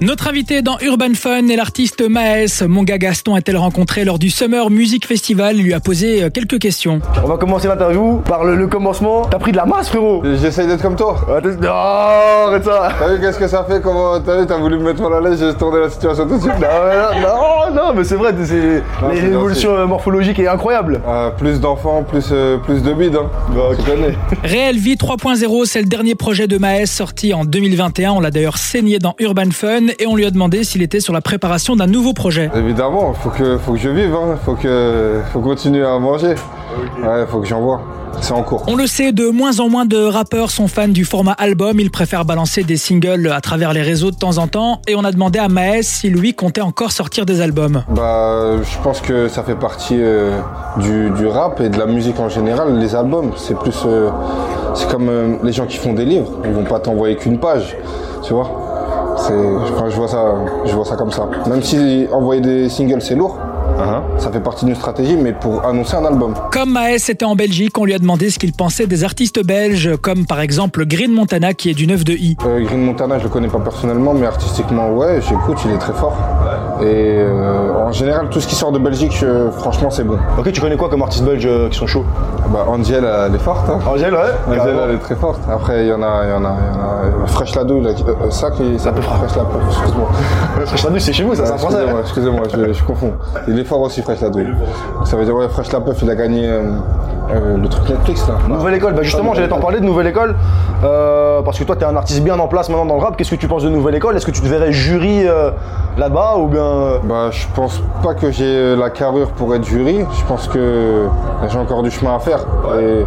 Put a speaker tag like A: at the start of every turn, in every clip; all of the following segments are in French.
A: Notre invité dans Urban Fun est l'artiste Maes. Mon gars Gaston a-t-elle rencontré lors du Summer Music Festival Il lui a posé euh, quelques questions.
B: On va commencer l'interview par le, le commencement. T'as pris de la masse, frérot
C: J'essaye d'être comme toi.
B: Ah, t'es- Non, arrête ça
C: T'as vu qu'est-ce que ça fait Comment t'as vu T'as voulu me mettre mal à l'aise, j'ai tourné la situation tout de suite.
B: Non, mais Ah, non, non, non, mais c'est vrai, c'est
C: Non, c'est
B: l'évolution euh, morphologique est incroyable.
C: Euh, plus d'enfants, plus, euh, plus de bides. Hein. Tu connais.
A: Réelle Vie 3.0, c'est le dernier projet de Maes sorti en 2021. On l'a d'ailleurs saigné dans Urban Fun et on lui a demandé s'il était sur la préparation d'un nouveau projet.
C: Évidemment, faut que, faut que je vive, hein. faut, que, faut continuer à manger. Ouais, faut que j'envoie. C'est en cours.
A: On le sait, de moins en moins de rappeurs sont fans du format album. Ils préfèrent balancer des singles à travers les réseaux de temps en temps. Et on a demandé à Maes si lui comptait encore sortir des albums.
C: Bah, je pense que ça fait partie euh, du, du rap et de la musique en général. Les albums, c'est plus, euh, c'est comme euh, les gens qui font des livres. Ils vont pas t'envoyer qu'une page, tu vois. C'est, enfin, je vois ça, je vois ça comme ça. Même si envoyer des singles, c'est lourd. Ça fait partie d'une stratégie, mais pour annoncer un album.
A: Comme Maes était en Belgique, on lui a demandé ce qu'il pensait des artistes belges, comme par exemple Green Montana qui est du 9 de I.
C: Euh, Green Montana, je le connais pas personnellement, mais artistiquement, ouais, j'écoute, il est très fort. Et euh, en général, tout ce qui sort de Belgique, euh, franchement, c'est bon.
B: Ok, tu connais quoi comme artistes belges euh, qui sont chauds
C: Bah, Angel, elle est forte. hein.
B: Angèle, ouais
C: Angel,
B: carrément.
C: elle est très forte. Après, il y en a, il y en a, il y en a. Fresh Lado, là, qui- euh, euh, ça qui ça
B: Peufra.
C: Fresh Lado, excuse-moi.
B: Fresh Lado, c'est chez vous, ça, c'est un français. hein.
C: Excusez-moi, excusez-moi, je, je confonds. Il est fort aussi, Fresh Lado. Ça veut dire, ouais, Fresh Lado, il a gagné euh, euh, le truc Netflix, là.
B: Nouvelle école, bah justement, j'allais t'en parler de Nouvelle École. euh, parce que toi, t'es un artiste bien en place maintenant dans le rap. Qu'est-ce que tu penses de Nouvelle École Est-ce que tu te verrais jury euh, là-bas ou bien. euh,
C: Bah, je pense pas que j'ai euh, la carrure pour être jury. Je pense que euh, j'ai encore du chemin à faire. Et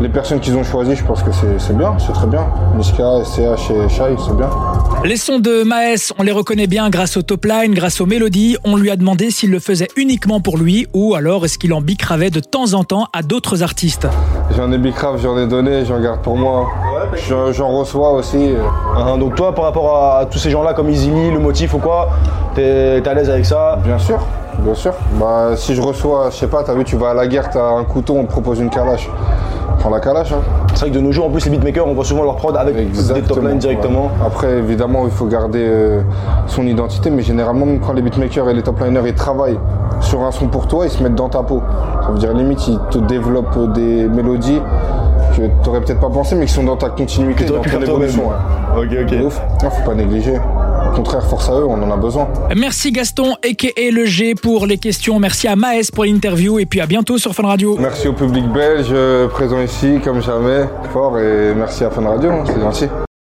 C: les personnes qu'ils ont choisies, je pense que c'est c'est bien, c'est très bien. Niska, SCH et Shai, c'est bien.
A: Les sons de Maes, on les reconnaît bien grâce au top line, grâce aux mélodies. On lui a demandé s'il le faisait uniquement pour lui ou alors est-ce qu'il en bicravait de temps en temps à d'autres artistes.
C: J'en ai bicrave, j'en ai donné, j'en garde pour moi. J'en j'en reçois aussi. euh.
B: hein, donc, toi, par rapport à, à tous ces gens-là comme Easily, le motif ou quoi, t'es t'es à l'aise avec ça
C: Bien sûr, bien sûr. Bah, si je reçois, je sais pas, t'as vu, tu vas à la guerre, t'as un couteau, on te propose une calache. Prends la calache, hein.
B: C'est vrai que de nos jours, en plus, les beatmakers, on voit souvent leur prod avec des top lines directement.
C: ouais. Après, évidemment, il faut garder euh, son identité, mais généralement, même quand les beatmakers et les top liners ils travaillent sur un son pour toi, ils se mettent dans ta peau. Ça veut dire limite, ils te développent des mélodies que t'aurais peut-être pas pensé, mais qui sont dans ta continuité,
B: T'aurais
C: dans
B: pu
C: ton
B: faire toi-même.
C: évolution.
B: Ok, ok.
C: ouais. De ouf. Non, faut pas négliger. Au contraire, force à eux, on en a besoin.
A: Merci Gaston, a.k.a. Le G, pour les questions. Merci à Maes pour l'interview et puis à bientôt sur Fun Radio.
C: Merci au public belge euh, présent ici, comme jamais, fort, et merci à Fun Radio, hein, c'est gentil.